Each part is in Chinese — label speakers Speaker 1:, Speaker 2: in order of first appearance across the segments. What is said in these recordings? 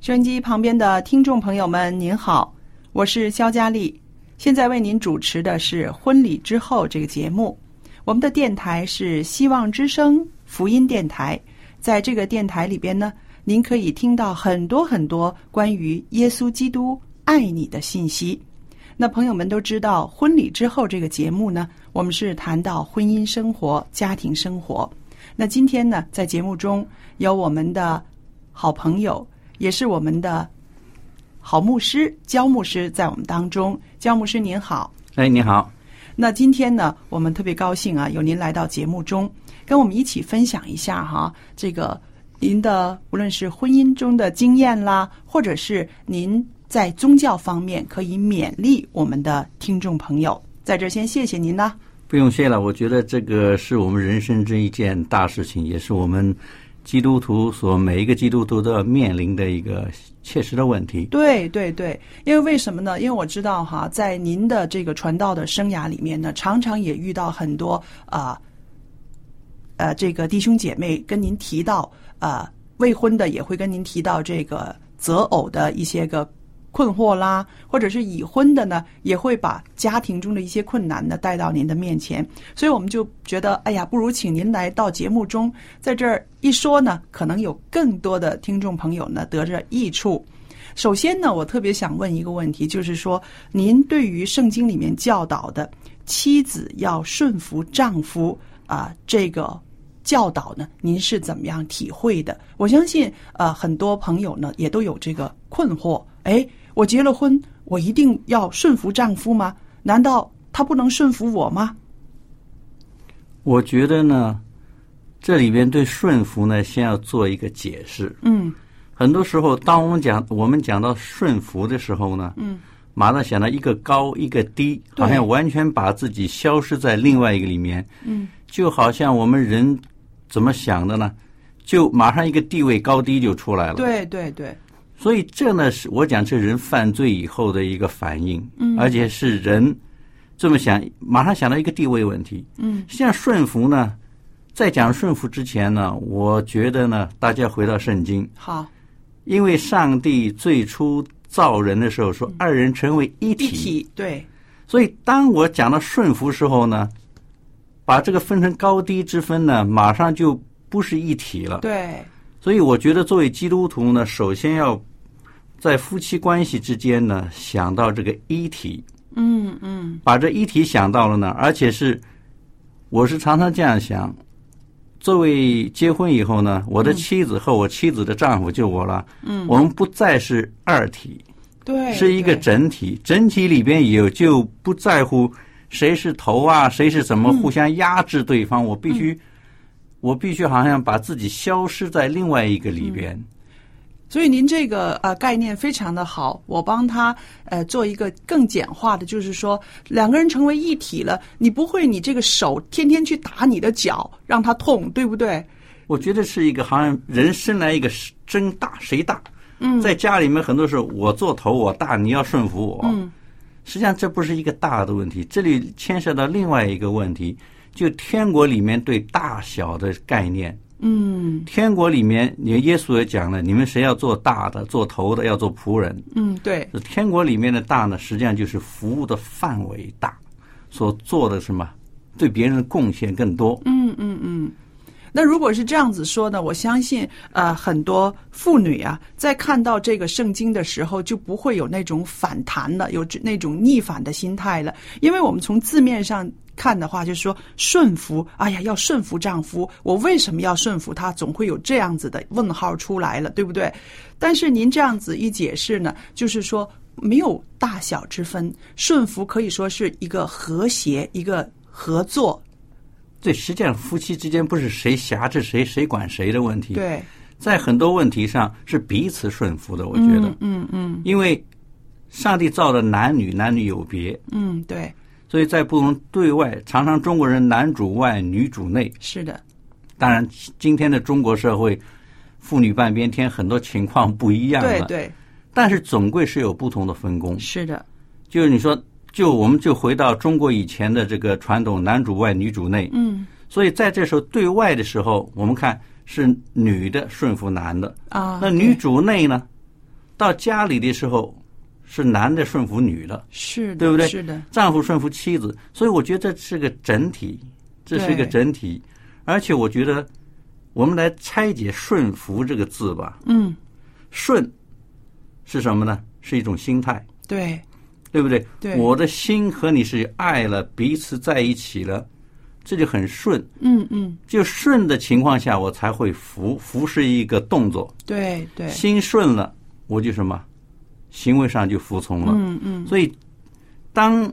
Speaker 1: 收音机旁边的听众朋友们，您好，我是肖佳丽，现在为您主持的是《婚礼之后》这个节目。我们的电台是希望之声福音电台，在这个电台里边呢，您可以听到很多很多关于耶稣基督爱你的信息。那朋友们都知道，《婚礼之后》这个节目呢，我们是谈到婚姻生活、家庭生活。那今天呢，在节目中有我们的好朋友，也是我们的好牧师焦牧师在我们当中。焦牧师您好，
Speaker 2: 哎，你好，
Speaker 1: 那今天呢，我们特别高兴啊，有您来到节目中，跟我们一起分享一下哈，这个您的无论是婚姻中的经验啦，或者是您在宗教方面可以勉励我们的听众朋友。在这儿先谢谢您啦。
Speaker 2: 不用谢了。我觉得这个是我们人生这一件大事情，也是我们基督徒所每一个基督徒都要面临的一个切实的问题。
Speaker 1: 对对对，因为为什么呢？因为我知道哈，在您的这个传道的生涯里面呢，常常也遇到很多啊呃这个弟兄姐妹跟您提到呃未婚的也会跟您提到这个择偶的一些个困惑啦，或者是已婚的呢，也会把家庭中的一些困难呢带到您的面前，所以我们就觉得，哎呀，不如请您来到节目中，在这儿一说呢，可能有更多的听众朋友呢得着益处。首先呢，我特别想问一个问题，就是说，您对于圣经里面教导的妻子要顺服丈夫啊、这个教导呢，您是怎么样体会的？我相信，呃，很多朋友呢也都有这个困惑。哎，我结了婚，我一定要顺服丈夫吗？难道他不能顺服我吗？
Speaker 2: 我觉得呢，这里边对顺服呢，先要做一个解释。
Speaker 1: 嗯，
Speaker 2: 很多时候，当我们讲我们讲到顺服的时候呢，嗯，马上想到一个高一个低，
Speaker 1: 对
Speaker 2: 好像完全把自己消失在另外一个里面，嗯，就好像我们人怎么想的呢？就马上一个地位高低就出来了，，
Speaker 1: 嗯对对对，
Speaker 2: 所以这呢是我讲这人犯罪以后的一个反应，嗯，而且是人这么想，马上想到一个地位问题，嗯，实际上顺服呢，在讲顺服之前呢，我觉得呢，大家回到圣经，
Speaker 1: 好，
Speaker 2: 因为上帝最初造人的时候说二人成为嗯一体，
Speaker 1: 一体对，
Speaker 2: 所以当我讲到顺服时候呢，把这个分成高低之分呢，马上就不是一体了。
Speaker 1: 对，
Speaker 2: 所以我觉得作为基督徒呢，首先要在夫妻关系之间呢想到这个一体，
Speaker 1: 嗯嗯，
Speaker 2: 把这一体想到了呢，而且是我是常常这样想。作为结婚以后呢，我的
Speaker 1: 嗯
Speaker 2: 妻子和我妻子的丈夫就我了，嗯，我们不再是二体，
Speaker 1: 对，
Speaker 2: 是一个
Speaker 1: 对
Speaker 2: 整体，整体里边有就不在乎谁是头啊，谁是怎么互相压制对方，我必须，我必须好像把自己消失在另外一个里边。
Speaker 1: 所以您这个呃概念非常的好，我帮他呃做一个更简化的，就是说两个人成为一体了，你不会你这个手天天去打你的脚让他痛，对不对？
Speaker 2: 我觉得是一个好像人生来一个争大谁大，嗯，在家里面很多时候我做头我大，你要顺服我。嗯，实际上这不是一个大的问题，这里牵涉到另外一个问题，就天国里面对大小的概念。
Speaker 1: 嗯
Speaker 2: 天国里面，你耶稣也讲了，你们谁要做大的、做头的，要做仆人。
Speaker 1: 嗯，对，
Speaker 2: 天国里面的大呢，实际上就是服务的范围大，所做的什么对别人的贡献更多。
Speaker 1: 嗯嗯嗯。那如果是这样子说呢，我相信呃，很多妇女啊，在看到这个圣经的时候，就不会有那种反弹了，有这那种逆反的心态了，因为我们从字面上。看的话，就是说顺服，哎呀，要顺服丈夫，我为什么要顺服他？总会有这样子的问号出来了，对不对？但是您这样子一解释呢，就是说没有大小之分，顺服可以说是一个和谐，一个合作，
Speaker 2: 对，实际上夫妻之间不是谁辖制谁、谁管谁的问题。，
Speaker 1: 对，
Speaker 2: 在很多问题上是彼此顺服的。我觉得，
Speaker 1: 嗯嗯
Speaker 2: 因为上帝造的男女，男女有别，
Speaker 1: 嗯，对，
Speaker 2: 所以在不同对外，常常中国人男主外女主内。
Speaker 1: 是的，
Speaker 2: 当然，今天的中国社会，妇女半边天，很多情况不一样
Speaker 1: 对
Speaker 2: 了。
Speaker 1: 对，
Speaker 2: 但是总归是有不同的分工。
Speaker 1: 是的，
Speaker 2: 就是你说，就我们就回到中国以前的这个传统，男主外女主内。
Speaker 1: 嗯
Speaker 2: 所以在这时候对外的时候，我们看是女的顺服男的，
Speaker 1: 啊，
Speaker 2: 那
Speaker 1: 对
Speaker 2: 女主内呢，到家里的时候是男的顺服女的，
Speaker 1: 是的，
Speaker 2: 对不对
Speaker 1: 是的，
Speaker 2: 丈夫顺服妻子。所以我觉得这是个整体，这是一
Speaker 1: 对
Speaker 2: 个整体。而且我觉得，我们来拆解“顺服”这个字吧，
Speaker 1: 嗯，
Speaker 2: 顺是什么呢？是一种心态。
Speaker 1: 对，
Speaker 2: 对不对？
Speaker 1: 对
Speaker 2: 我的心和你是爱了，彼此在一起了，这就很顺。
Speaker 1: 嗯嗯，
Speaker 2: 就顺的情况下，我才会服。服是一个动作，
Speaker 1: 对对，
Speaker 2: 心顺了，我就什么，行为上就服从了。
Speaker 1: 嗯嗯，
Speaker 2: 所以，当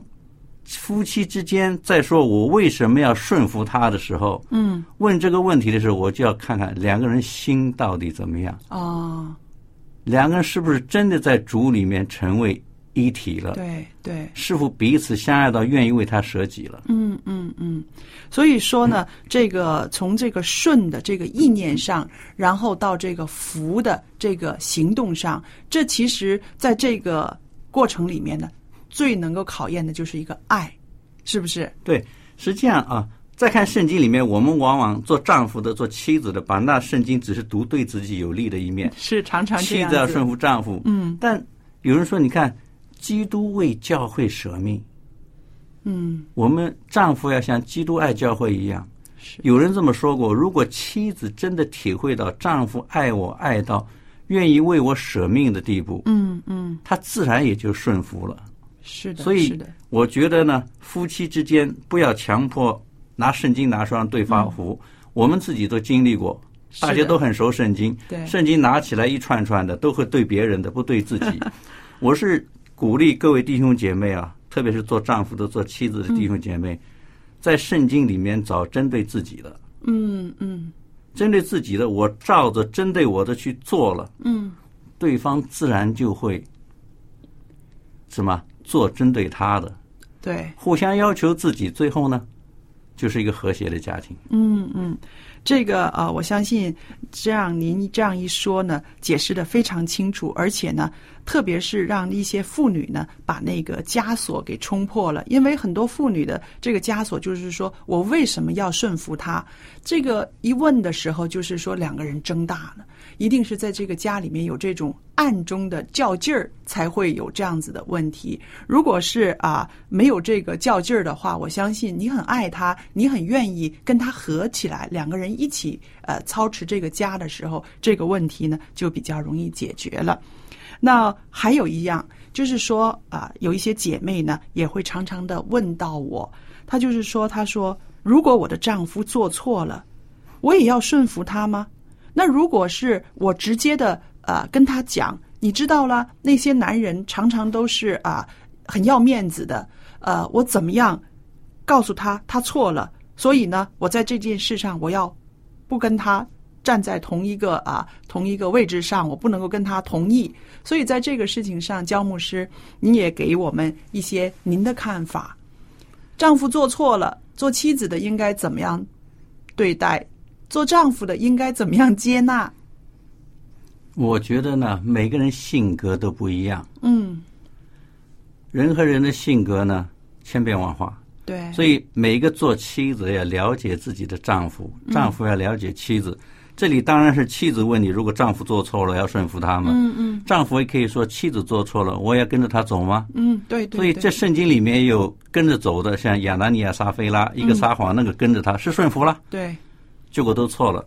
Speaker 2: 夫妻之间在说我为什么要顺服他的时候，
Speaker 1: 嗯
Speaker 2: 问这个问题的时候，我就要看看两个人心到底怎么样，
Speaker 1: 啊，
Speaker 2: 两个人是不是真的在主里面成为一体了。
Speaker 1: 对对。
Speaker 2: 是否彼此相爱到愿意为他舍己了？
Speaker 1: 嗯嗯嗯，所以说呢，这个从这个顺的这个意念上，然后到这个福的这个行动上，这其实在这个过程里面呢，最能够考验的就是一个爱，是不是？
Speaker 2: 对，实际上啊，再看圣经里面，我们往往做丈夫的、做妻子的，把那圣经只是读对自己有利的一面，
Speaker 1: 是常常这
Speaker 2: 妻
Speaker 1: 样
Speaker 2: 子要
Speaker 1: 子
Speaker 2: 顺。服丈夫。
Speaker 1: 嗯
Speaker 2: 但有人说，你看，基督为教会舍命，
Speaker 1: 嗯，
Speaker 2: 我们丈夫要像基督爱教会一样。
Speaker 1: 是
Speaker 2: 有人这么说过，如果妻子真的体会到丈夫爱我爱到愿意为我舍命的地步，
Speaker 1: 嗯嗯，
Speaker 2: 她自然也就顺服了。
Speaker 1: 是的，
Speaker 2: 所
Speaker 1: 是
Speaker 2: 以
Speaker 1: 的，
Speaker 2: 我觉得呢，夫妻之间不要强迫拿圣经拿出来让对方服。我们自己都经历过，
Speaker 1: 嗯是的
Speaker 2: 大家都很熟圣经
Speaker 1: 对，
Speaker 2: 圣经拿起来一串串的，都会对别人的，不对自己。我是鼓励各位弟兄姐妹啊，特别是做丈夫的、做妻子的弟兄姐妹，在圣经里面找针对自己的，
Speaker 1: 嗯嗯
Speaker 2: 针对自己的，我照着针对我的去做了，
Speaker 1: 嗯，
Speaker 2: 对方自然就会什么做针对他的。
Speaker 1: 对。
Speaker 2: 互相要求自己，最后呢，就是一个和谐的家庭。
Speaker 1: 嗯嗯，这个啊、呃我相信这样您这样一说呢，解释的非常清楚，而且呢，特别是让一些妇女呢把那个枷锁给冲破了，因为很多妇女的这个枷锁就是说我为什么要顺服他？这个一问的时候，就是说两个人争大了，一定是在这个家里面有这种暗中的较劲儿，才会有这样子的问题。如果是啊没有这个较劲儿的话，我相信你很爱他，你很愿意跟他合起来，两个人一起呃操持这个家的时候，这个问题呢就比较容易解决了。那还有一样就是说啊、有一些姐妹呢也会常常的问到我，她就是说，她说如果我的丈夫做错了，我也要顺服他吗？那如果是我直接的呃跟他讲，你知道了，那些男人常常都是啊、很要面子的，呃，我怎么样告诉他他错了，所以呢，我在这件事上我要不跟他站在同一个啊同一个位置上，我不能够跟他同意。所以在这个事情上，焦牧师，你也给我们一些您的看法。丈夫做错了，做妻子的应该怎么样对待？做丈夫的应该怎么样接纳？
Speaker 2: 我觉得呢，每个人性格都不一样，
Speaker 1: 嗯，
Speaker 2: 人和人的性格呢千变万化，
Speaker 1: 对，
Speaker 2: 所以每一个做妻子要了解自己的丈夫，
Speaker 1: 嗯
Speaker 2: 丈夫要了解妻子。这里当然是妻子问你，如果丈夫做错了，要顺服他们。
Speaker 1: 嗯嗯
Speaker 2: 丈夫也可以说，妻子做错了，我也跟着他走吗？
Speaker 1: 嗯，对对，
Speaker 2: 所以
Speaker 1: 对
Speaker 2: 这圣经里面有跟着走的，像亚拿尼亚、撒菲拉，一
Speaker 1: 嗯
Speaker 2: 个撒谎，那个跟着他是顺服了，
Speaker 1: 对
Speaker 2: 结果都错了。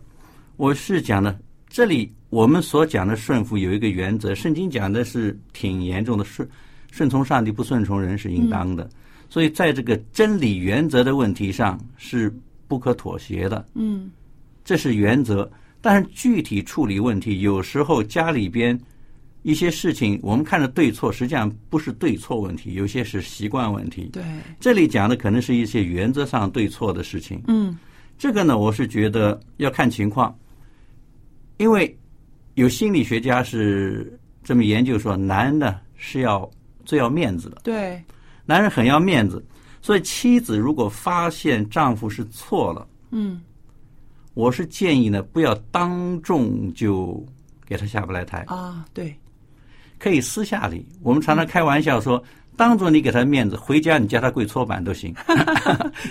Speaker 2: 我是讲的，这里我们所讲的顺服有一个原则，圣经讲的是挺严重的，顺顺从上帝，不顺从人是应当的。所以在这个真理原则的问题上是不可妥协的，
Speaker 1: 嗯
Speaker 2: 这是原则。但是具体处理问题，有时候家里边一些事情，我们看着对错，实际上不是对错问题，有些是习惯问题。
Speaker 1: 对，
Speaker 2: 这里讲的可能是一些原则上对错的事情。
Speaker 1: 嗯
Speaker 2: 这个呢，我是觉得要看情况，因为有心理学家是这么研究说，男的是要最要面子的，
Speaker 1: 对
Speaker 2: 男人很要面子，所以妻子如果发现丈夫是错了，
Speaker 1: 嗯
Speaker 2: 我是建议呢，不要当众就给他下不来台，
Speaker 1: 啊对
Speaker 2: 可以私下里。我们常常开玩笑说，当着你给他面子，回家你叫他跪搓板都行，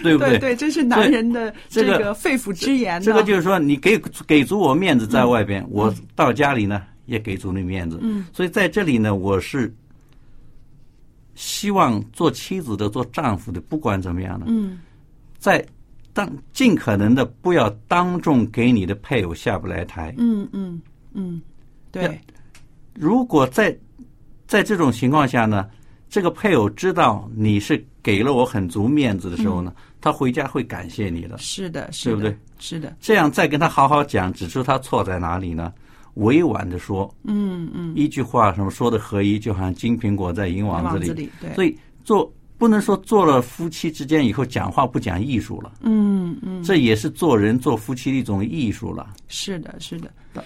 Speaker 2: 对不
Speaker 1: 对？这是男人的
Speaker 2: 这个
Speaker 1: 个肺腑之言呐，
Speaker 2: 这个就是说，你给给足我面子在外边，我到家里呢也给足你面子。
Speaker 1: 嗯，
Speaker 2: 所以在这里呢，我是希望做妻子的、做丈夫的，不管怎么样呢，
Speaker 1: 嗯
Speaker 2: 在当尽可能的不要当众给你的配偶下不来台。
Speaker 1: 嗯嗯嗯，对
Speaker 2: 如果在在这种情况下呢，这个配偶知道你是给了我很足面子的时候
Speaker 1: 嗯
Speaker 2: 呢，他回家会感谢你的。
Speaker 1: 是的，是
Speaker 2: 对不
Speaker 1: 的
Speaker 2: 对？
Speaker 1: 是的，
Speaker 2: 这样再跟他好好讲，指出他错在哪里呢？委婉的说，
Speaker 1: 嗯嗯，
Speaker 2: 一句话什么说的合一，就好像金苹果在银王子
Speaker 1: 王
Speaker 2: 里。
Speaker 1: 子里对，
Speaker 2: 所以做不能说做了夫妻之间以后讲话不讲艺术了，
Speaker 1: 嗯嗯。
Speaker 2: 这也是做人做夫妻的一种艺术了。
Speaker 1: 是的，是的
Speaker 2: 对。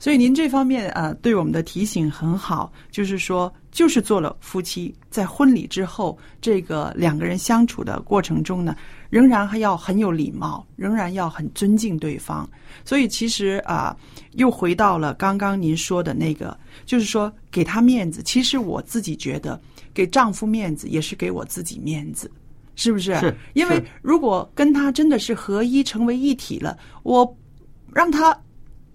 Speaker 1: 所以您这方面啊、呃对我们的提醒很好，就是说，就是做了夫妻，在婚礼之后，这个两个人相处的过程中呢，仍然还要很有礼貌，仍然要很尊敬对方。所以其实啊、又回到了刚刚您说的那个，就是说给他面子。其实我自己觉得，给丈夫面子也是给我自己面子，是不是？
Speaker 2: 是
Speaker 1: 因为
Speaker 2: 是
Speaker 1: 如果跟他真的是合一成为一体了，我让他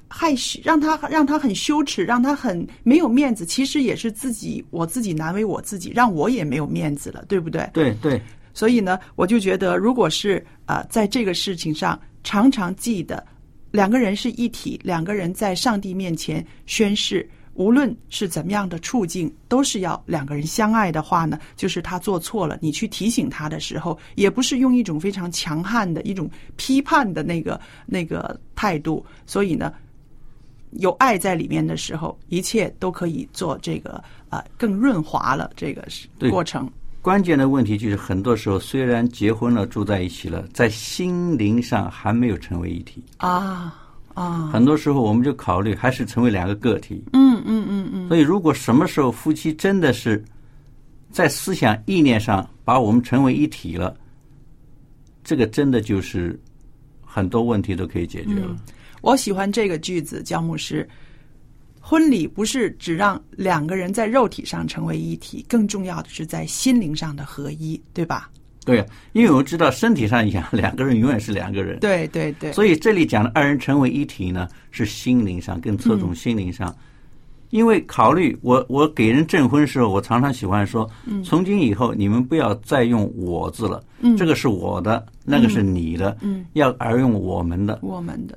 Speaker 1: 害羞，让他让他很羞耻，让他很没有面子，其实也是自己我自己难为我自己，让我也没有面子了，对不对？
Speaker 2: 对对，
Speaker 1: 所以呢，我就觉得，如果是啊、呃在这个事情上常常记得，两个人是一体，两个人在上帝面前宣誓，无论是怎么样的处境，都是要两个人相爱的话呢，就是他做错了，你去提醒他的时候，也不是用一种非常强悍的一种批判的那个那个态度，所以呢。有爱在里面的时候，一切都可以做这个啊、呃更润滑了这个是
Speaker 2: 对
Speaker 1: 过程。
Speaker 2: 关键的问题就是很多时候虽然结婚了住在一起了，在心灵上还没有成为一体。
Speaker 1: 啊啊，
Speaker 2: 很多时候我们就考虑还是成为两个个体。
Speaker 1: 嗯嗯嗯嗯，
Speaker 2: 所以如果什么时候夫妻真的是在思想意念上把我们成为一体了，这个真的就是很多问题都可以解决了。
Speaker 1: 嗯我喜欢这个句子，焦牧师。婚礼不是只让两个人在肉体上成为一体，更重要的是在心灵上的合一，对吧？
Speaker 2: 对，啊因为我们知道身体上一样，两个人永远是两个人，
Speaker 1: 对对对，
Speaker 2: 所以这里讲的二人成为一体呢，是心灵上更侧
Speaker 1: 嗯
Speaker 2: 重心灵上。因为考虑我，我给人证婚时候，我常常喜欢说，
Speaker 1: 嗯
Speaker 2: 从今以后你们不要再用“我”字了，这个是我的，那个是
Speaker 1: 嗯
Speaker 2: 你的，要而用我们的，
Speaker 1: 我们的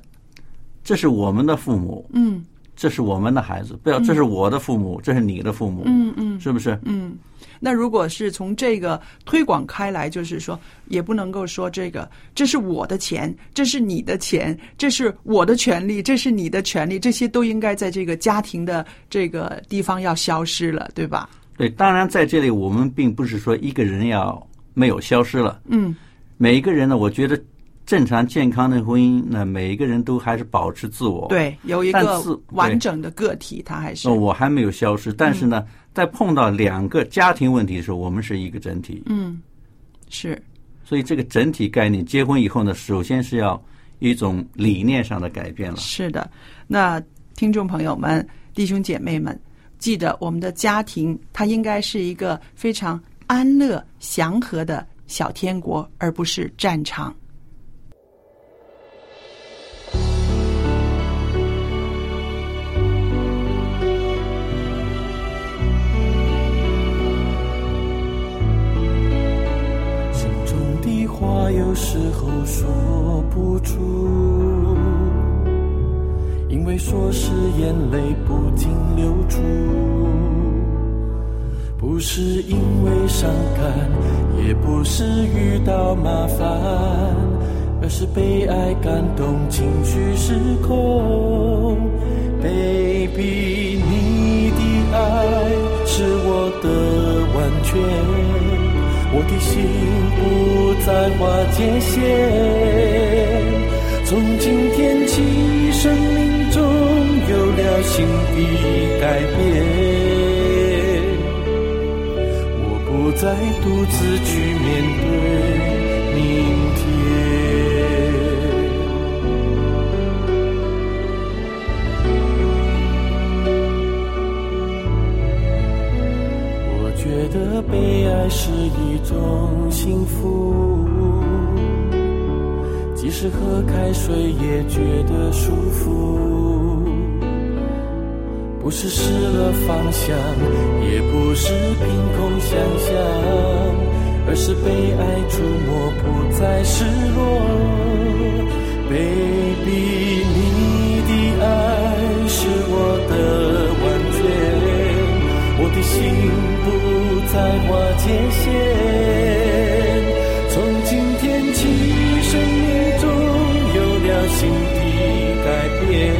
Speaker 2: 这是我们的父母，
Speaker 1: 嗯
Speaker 2: 这是我们的孩子，不要，这是我的父母，这是你的父母，
Speaker 1: 嗯嗯
Speaker 2: 是不是？
Speaker 1: 嗯。那如果是从这个推广开来，就是说，也不能够说这个这是我的钱，这是你的钱，这是我的权利，这是你的权利，这些都应该在这个家庭的这个地方要消失了，对吧？
Speaker 2: 对，当然在这里我们并不是说一个人要没有消失了，
Speaker 1: 嗯
Speaker 2: 每一个人呢，我觉得正常健康的婚姻呢，每一个人都还是保持自我，，
Speaker 1: 对，有一
Speaker 2: 但
Speaker 1: 个
Speaker 2: 是
Speaker 1: 完
Speaker 2: 对
Speaker 1: 整的个体，它还是嗯
Speaker 2: 那我还没有消失，但是呢，在碰到两个家庭问题的时候，我们是一个整体，
Speaker 1: 嗯，是
Speaker 2: 所以这个整体概念，结婚以后呢，首先是要一种理念上的改变了。
Speaker 1: 是的。那听众朋友们，弟兄姐妹们，记得我们的家庭，它应该是一个非常安乐、祥和的小天国，而不是战场。
Speaker 3: 心中的话有时候说不出，因为说是眼泪不禁流出，不是因为伤感，也不是遇到麻烦，而是被爱感动，情绪失控。Baby，你的爱是我的完全。我的心不再划界限。从今天起，生命中有了新的改变，我不再独自去面对明天。我觉得被爱是一种幸福，即使喝开水也觉得舒服。不是失了方向，也不是凭空想象，而是被爱触摸，不再失落。Baby，你的爱是我的完全。我的心不再划界限。从今天起，生命中有了新的改变，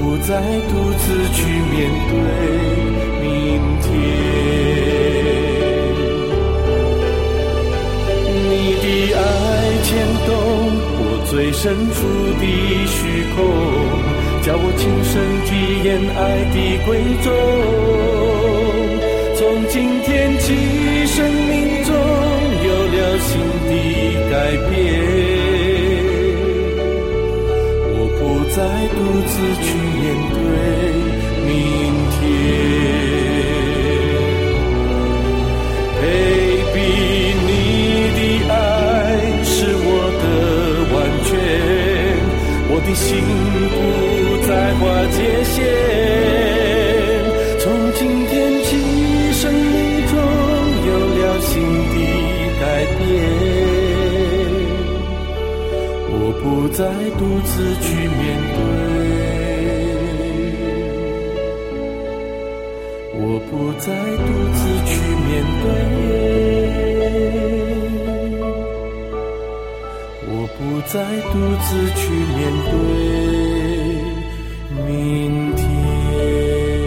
Speaker 3: 我不再独自去面对明天。你的爱牵动我最深处的虚空。叫我亲身体验爱的贵重。从今天起，生命中有了新的改变，我不再独自去面对明天。Baby，你的爱是我的完全。我的心不再划界限。从今天起，生命中有了新的改变，我不再独自去面对，我不再独自去面对。我不再独自去面对明天。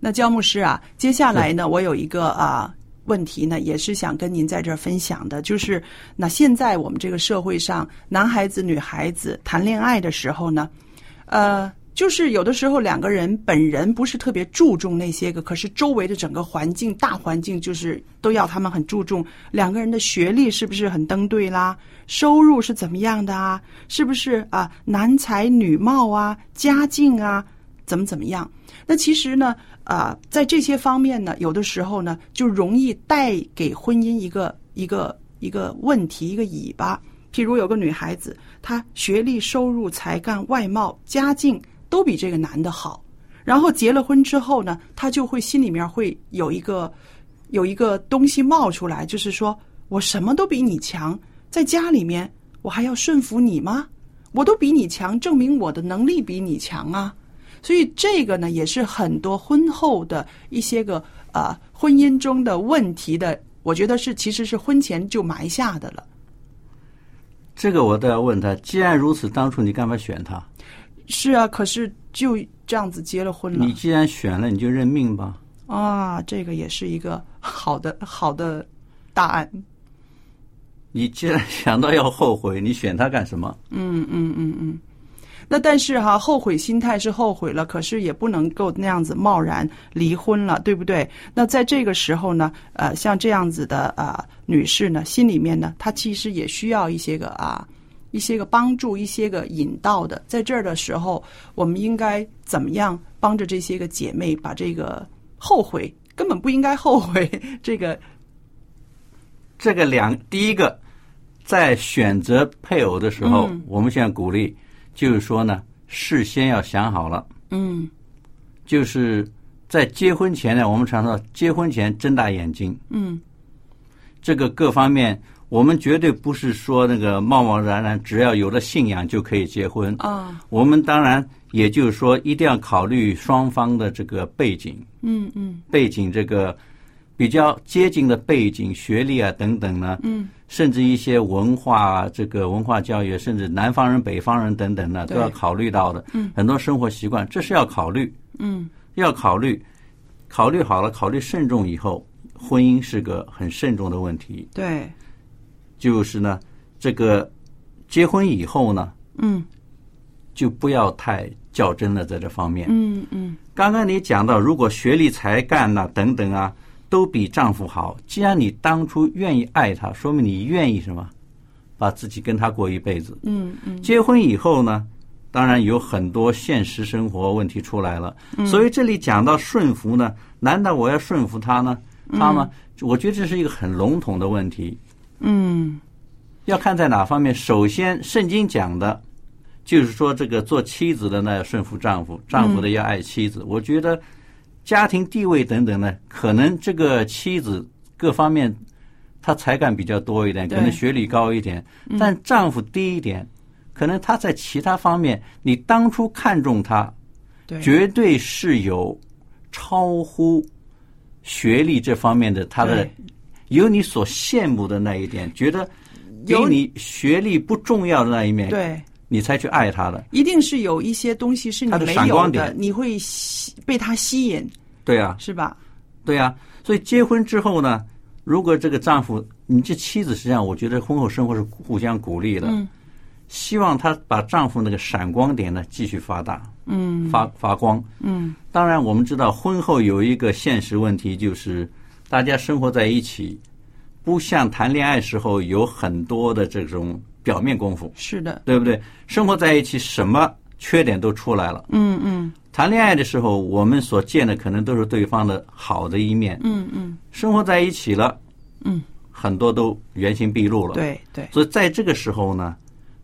Speaker 1: 那焦牧师啊，接下来呢，我有一个啊问题呢，也是想跟您在这儿分享的，就是那现在我们这个社会上，男孩子、女孩子谈恋爱的时候呢，呃，就是有的时候两个人本人不是特别注重那些个，可是周围的整个环境、大环境就是都要他们很注重两个人的学历是不是很登对啦，收入是怎么样的啊，是不是啊男才女貌啊，家境啊，怎么怎么样？那其实呢，啊、在这些方面呢，有的时候呢，就容易带给婚姻一个一个一个问题，一个尾巴。譬如有个女孩子，她学历、收入、才干、外貌、家境都比这个男的好，然后结了婚之后呢，她就会心里面会有一个有一个东西冒出来，就是说我什么都比你强，在家里面我还要顺服你吗？我都比你强，证明我的能力比你强啊。所以这个呢，也是很多婚后的一些个呃婚姻中的问题的，我觉得是其实是婚前就埋下的了。
Speaker 2: 这个我倒要问他，既然如此，当初你干嘛选他？
Speaker 1: 是啊，可是就这样子结了婚了
Speaker 2: 你既然选了，你就认命吧。
Speaker 1: 啊，这个也是一个好的好的答案。
Speaker 2: 你既然想到要后悔，你选他干什么？
Speaker 1: 嗯嗯嗯嗯。那但是哈、后悔心态是后悔了，可是也不能够那样子贸然离婚了，对不对？那在这个时候呢，呃，像这样子的呃女士呢，心里面呢，她其实也需要一些个啊。一些个帮助，一些个引导的，在这儿的时候，我们应该怎么样帮着这些个姐妹把这个后悔根本不应该后悔这个
Speaker 2: 这个两，第一个，在选择配偶的时候，我们现在鼓励，就是说呢，事先要想好了，
Speaker 1: 嗯
Speaker 2: 就是在结婚前呢，我们常说结婚前睁大眼睛，
Speaker 1: 嗯
Speaker 2: 这个各方面，我们绝对不是说那个贸贸然然，只要有了信仰就可以结婚。
Speaker 1: 啊
Speaker 2: 我们当然也就是说，一定要考虑双方的这个背景，
Speaker 1: 嗯嗯
Speaker 2: 背景这个比较接近的背景、学历啊等等呢，
Speaker 1: 嗯，
Speaker 2: 甚至一些文化啊这个文化教育，甚至南方人、北方人等等呢，
Speaker 1: 对
Speaker 2: 都要考虑到的。
Speaker 1: 嗯，
Speaker 2: 很多生活习惯，这是要考虑，
Speaker 1: 嗯
Speaker 2: 要考虑，考虑好了，考虑慎重以后，婚姻是个很慎重的问题。
Speaker 1: 对
Speaker 2: 就是呢，这个结婚以后呢，
Speaker 1: 嗯
Speaker 2: 就不要太较真了，在这方面。
Speaker 1: 嗯嗯
Speaker 2: 刚刚你讲到，如果学历、才干呐、等等啊，都比丈夫好。既然你当初愿意爱他，说明你愿意什么，把自己跟他过一辈子。
Speaker 1: 嗯嗯
Speaker 2: 结婚以后呢，当然有很多现实生活问题出来了。
Speaker 1: 嗯
Speaker 2: 所以这里讲到顺服呢，难道我要顺服他呢？他吗？我觉得这是一个很笼统的问题。
Speaker 1: 嗯
Speaker 2: 要看在哪方面。首先，圣经讲的，就是说这个做妻子的呢要顺服丈夫，丈夫的要爱妻子。我觉得家庭地位等等呢，可能这个妻子各方面她才干比较多一点，
Speaker 1: 对
Speaker 2: 可能学历高一点，但丈夫低一点，可能他在其他方面，你当初看中他，
Speaker 1: 对
Speaker 2: 绝对是有超乎学历这方面的他的
Speaker 1: 对。
Speaker 2: 有你所羡慕的那一点，觉得比
Speaker 1: 有
Speaker 2: 你学历不重要的那一面，
Speaker 1: 对。
Speaker 2: 你才去爱他的，
Speaker 1: 一定是有一些东西是你
Speaker 2: 它的
Speaker 1: 没
Speaker 2: 闪
Speaker 1: 有
Speaker 2: 光
Speaker 1: 的，
Speaker 2: 点
Speaker 1: 你会吸被它吸引，
Speaker 2: 对啊，
Speaker 1: 是吧？
Speaker 2: 对啊。所以结婚之后呢，如果这个丈夫，你这妻子实际上，我觉得婚后生活是互相鼓励的，
Speaker 1: 嗯
Speaker 2: 希望她把丈夫那个闪光点呢继续发大，
Speaker 1: 嗯
Speaker 2: 发发光。
Speaker 1: 嗯
Speaker 2: 当然，我们知道婚后有一个现实问题，就是大家生活在一起，不像谈恋爱时候有很多的这种表面功夫。
Speaker 1: 是的，
Speaker 2: 对不对？生活在一起，什么缺点都出来了。
Speaker 1: 嗯嗯
Speaker 2: 谈恋爱的时候，我们所见的可能都是对方的好的一面；
Speaker 1: 嗯嗯，
Speaker 2: 生活在一起了，
Speaker 1: 嗯，
Speaker 2: 很多都原形毕露了。，
Speaker 1: 对对，
Speaker 2: 所以在这个时候呢，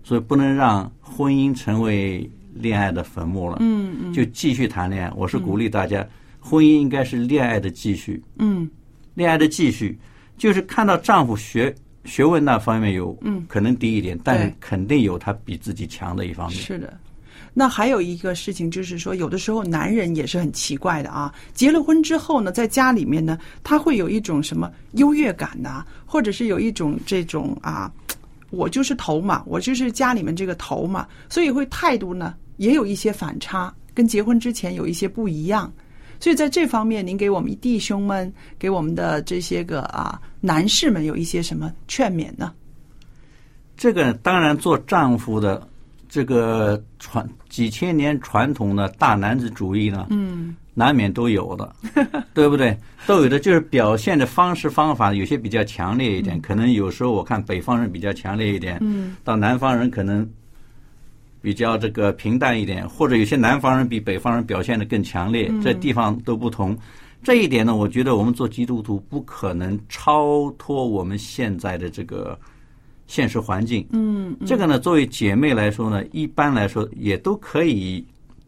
Speaker 2: 所以不能让婚姻成为恋爱的坟墓了。
Speaker 1: 嗯嗯
Speaker 2: 就继续谈恋爱。我是鼓励大家，婚姻应该是恋爱的继续。
Speaker 1: 嗯
Speaker 2: 恋爱的继续，就是看到丈夫学学问那方面有，
Speaker 1: 嗯，
Speaker 2: 可能低一点，但是
Speaker 1: 对
Speaker 2: 肯定有他比自己强的一方面。
Speaker 1: 是的。那还有一个事情就是说，有的时候男人也是很奇怪的啊。结了婚之后呢，在家里面呢，他会有一种什么优越感呐、或者是有一种这种啊，我就是头嘛，我就是家里面这个头嘛，所以会态度呢也有一些反差，跟结婚之前有一些不一样。所以在这方面，您给我们弟兄们，给我们的这些个啊男士们有一些什么劝勉呢？
Speaker 2: 这个当然，做丈夫的这个传几千年传统的大男子主义呢，
Speaker 1: 嗯，
Speaker 2: 难免都 有的，对不对？都有的，就是表现的方式方法有些比较强烈一点，可能有时候我看北方人比较强烈一点，
Speaker 1: 嗯，
Speaker 2: 到南方人可能比较这个平淡一点，或者有些南方人比北方人表现的更强烈，
Speaker 1: 嗯
Speaker 2: 这地方都不同。这一点呢，我觉得我们做基督徒不可能超脱我们现在的这个现实环境。
Speaker 1: 嗯
Speaker 2: 这个呢，作为姐妹来说呢，一般来说也都可以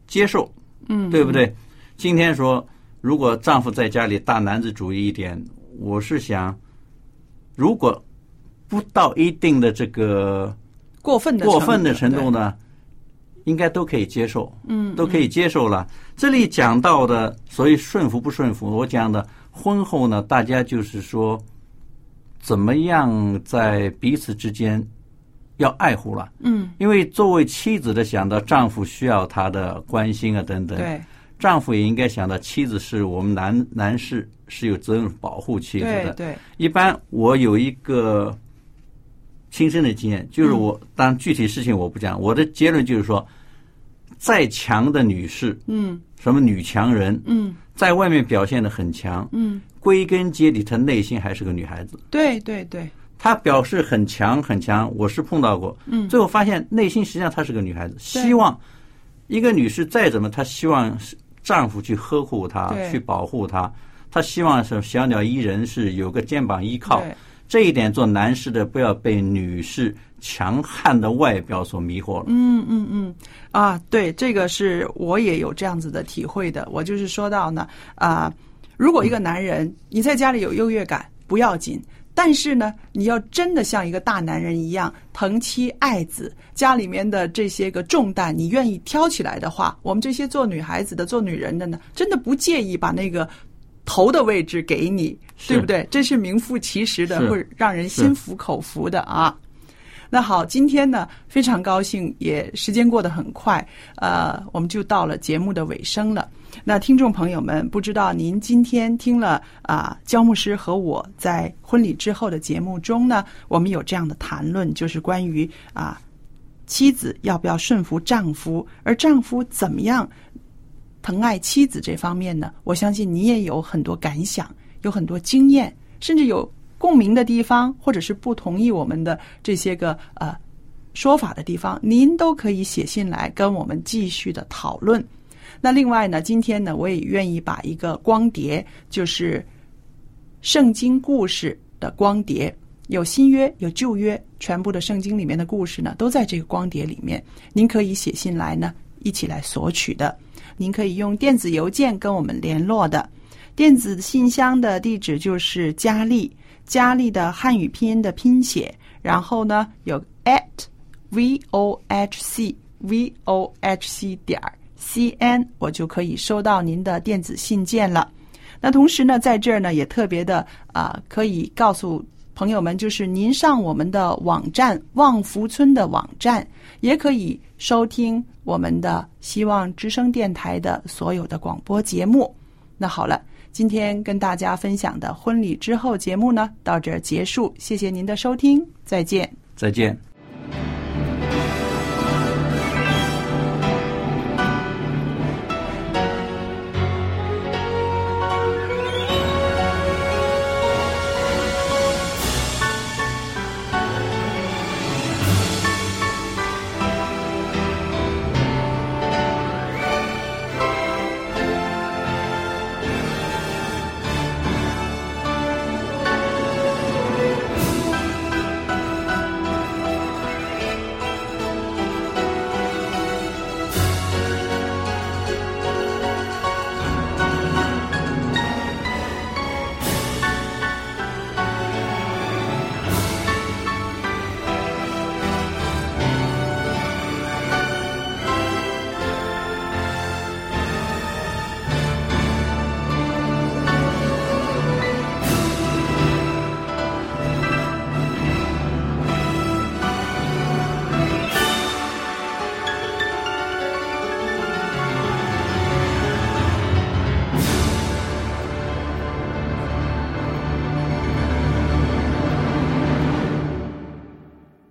Speaker 2: 接受，
Speaker 1: 嗯，
Speaker 2: 对不对？今天说，如果丈夫在家里大男子主义一点，我是想，如果不到一定的这个
Speaker 1: 过分的
Speaker 2: 过分的程
Speaker 1: 对
Speaker 2: 度呢，应该都可以接受，
Speaker 1: 嗯，
Speaker 2: 都可以接受了。这里讲到的，所以顺服不顺服，我讲的婚后呢，大家就是说，怎么样在彼此之间要爱护了。
Speaker 1: 嗯，
Speaker 2: 因为作为妻子的想到丈夫需要她的关心啊等等，
Speaker 1: 对
Speaker 2: 丈夫也应该想到妻子是我们男男士是有责任保护妻子
Speaker 1: 对
Speaker 2: 的。
Speaker 1: 对，
Speaker 2: 一般我有一个
Speaker 1: 嗯
Speaker 2: 亲身的经验，就是我当然具体事情我不讲，我的结论就是说，再强的女士，
Speaker 1: 嗯，
Speaker 2: 什么女强人，
Speaker 1: 嗯，
Speaker 2: 在外面表现的很强，
Speaker 1: 嗯，
Speaker 2: 归根结底，她内心还是个女孩子。
Speaker 1: 对对对，
Speaker 2: 她表示很强很强，我是碰到过，嗯，最后发现内心实际上她是个女孩子，希望一个女士再怎么，她希望是丈夫去呵护她，
Speaker 1: 对
Speaker 2: 去保护她，她希望是小鸟依人，是有个肩膀依靠
Speaker 1: 对。
Speaker 2: 这一点，做男士的不要被女士强悍的外表所迷惑了。
Speaker 1: 嗯嗯嗯，啊，对，这个是我也有这样子的体会的。我就是说到呢，啊，如果一个男人你在家里有优越感不要紧，但是呢，你要真的像一个大男人一样疼妻爱子，家里面的这些个重担你愿意挑起来的话，我们这些做女孩子的、做女人的呢，真的不介意把那个。头的位置给你，
Speaker 2: 是
Speaker 1: 对不对？这是名副其实的，
Speaker 2: 是
Speaker 1: 会让人心服口服的啊。那好，今天呢非常高兴，也时间过得很快，呃，我们就到了节目的尾声了。那听众朋友们，不知道您今天听了啊、焦牧师和我在婚礼之后的节目中呢，我们有这样的谈论，就是关于啊、妻子要不要顺服丈夫，而丈夫怎么样疼爱妻子这方面呢，我相信你也有很多感想，有很多经验，甚至有共鸣的地方，或者是不同意我们的这些个呃说法的地方，您都可以写信来跟我们继续的讨论。那另外呢，今天呢，我也愿意把一个光碟，就是圣经故事的光碟，有新约有旧约，全部的圣经里面的故事呢，都在这个光碟里面。您可以写信来呢，一起来索取的。您可以用电子邮件跟我们联络的，电子信箱的地址就是佳丽，佳丽的汉语拼音的拼写，然后呢有 at v o h c v o h c 点儿 c n，我就可以收到您的电子信件了。那同时呢，在这儿呢也特别的啊、可以告诉朋友们，就是您上我们的网站旺福村的网站，也可以收听我们的希望之声电台的所有的广播节目。那好了，今天跟大家分享的婚礼之后节目呢，到这儿结束，谢谢您的收听，再见。
Speaker 2: 再见。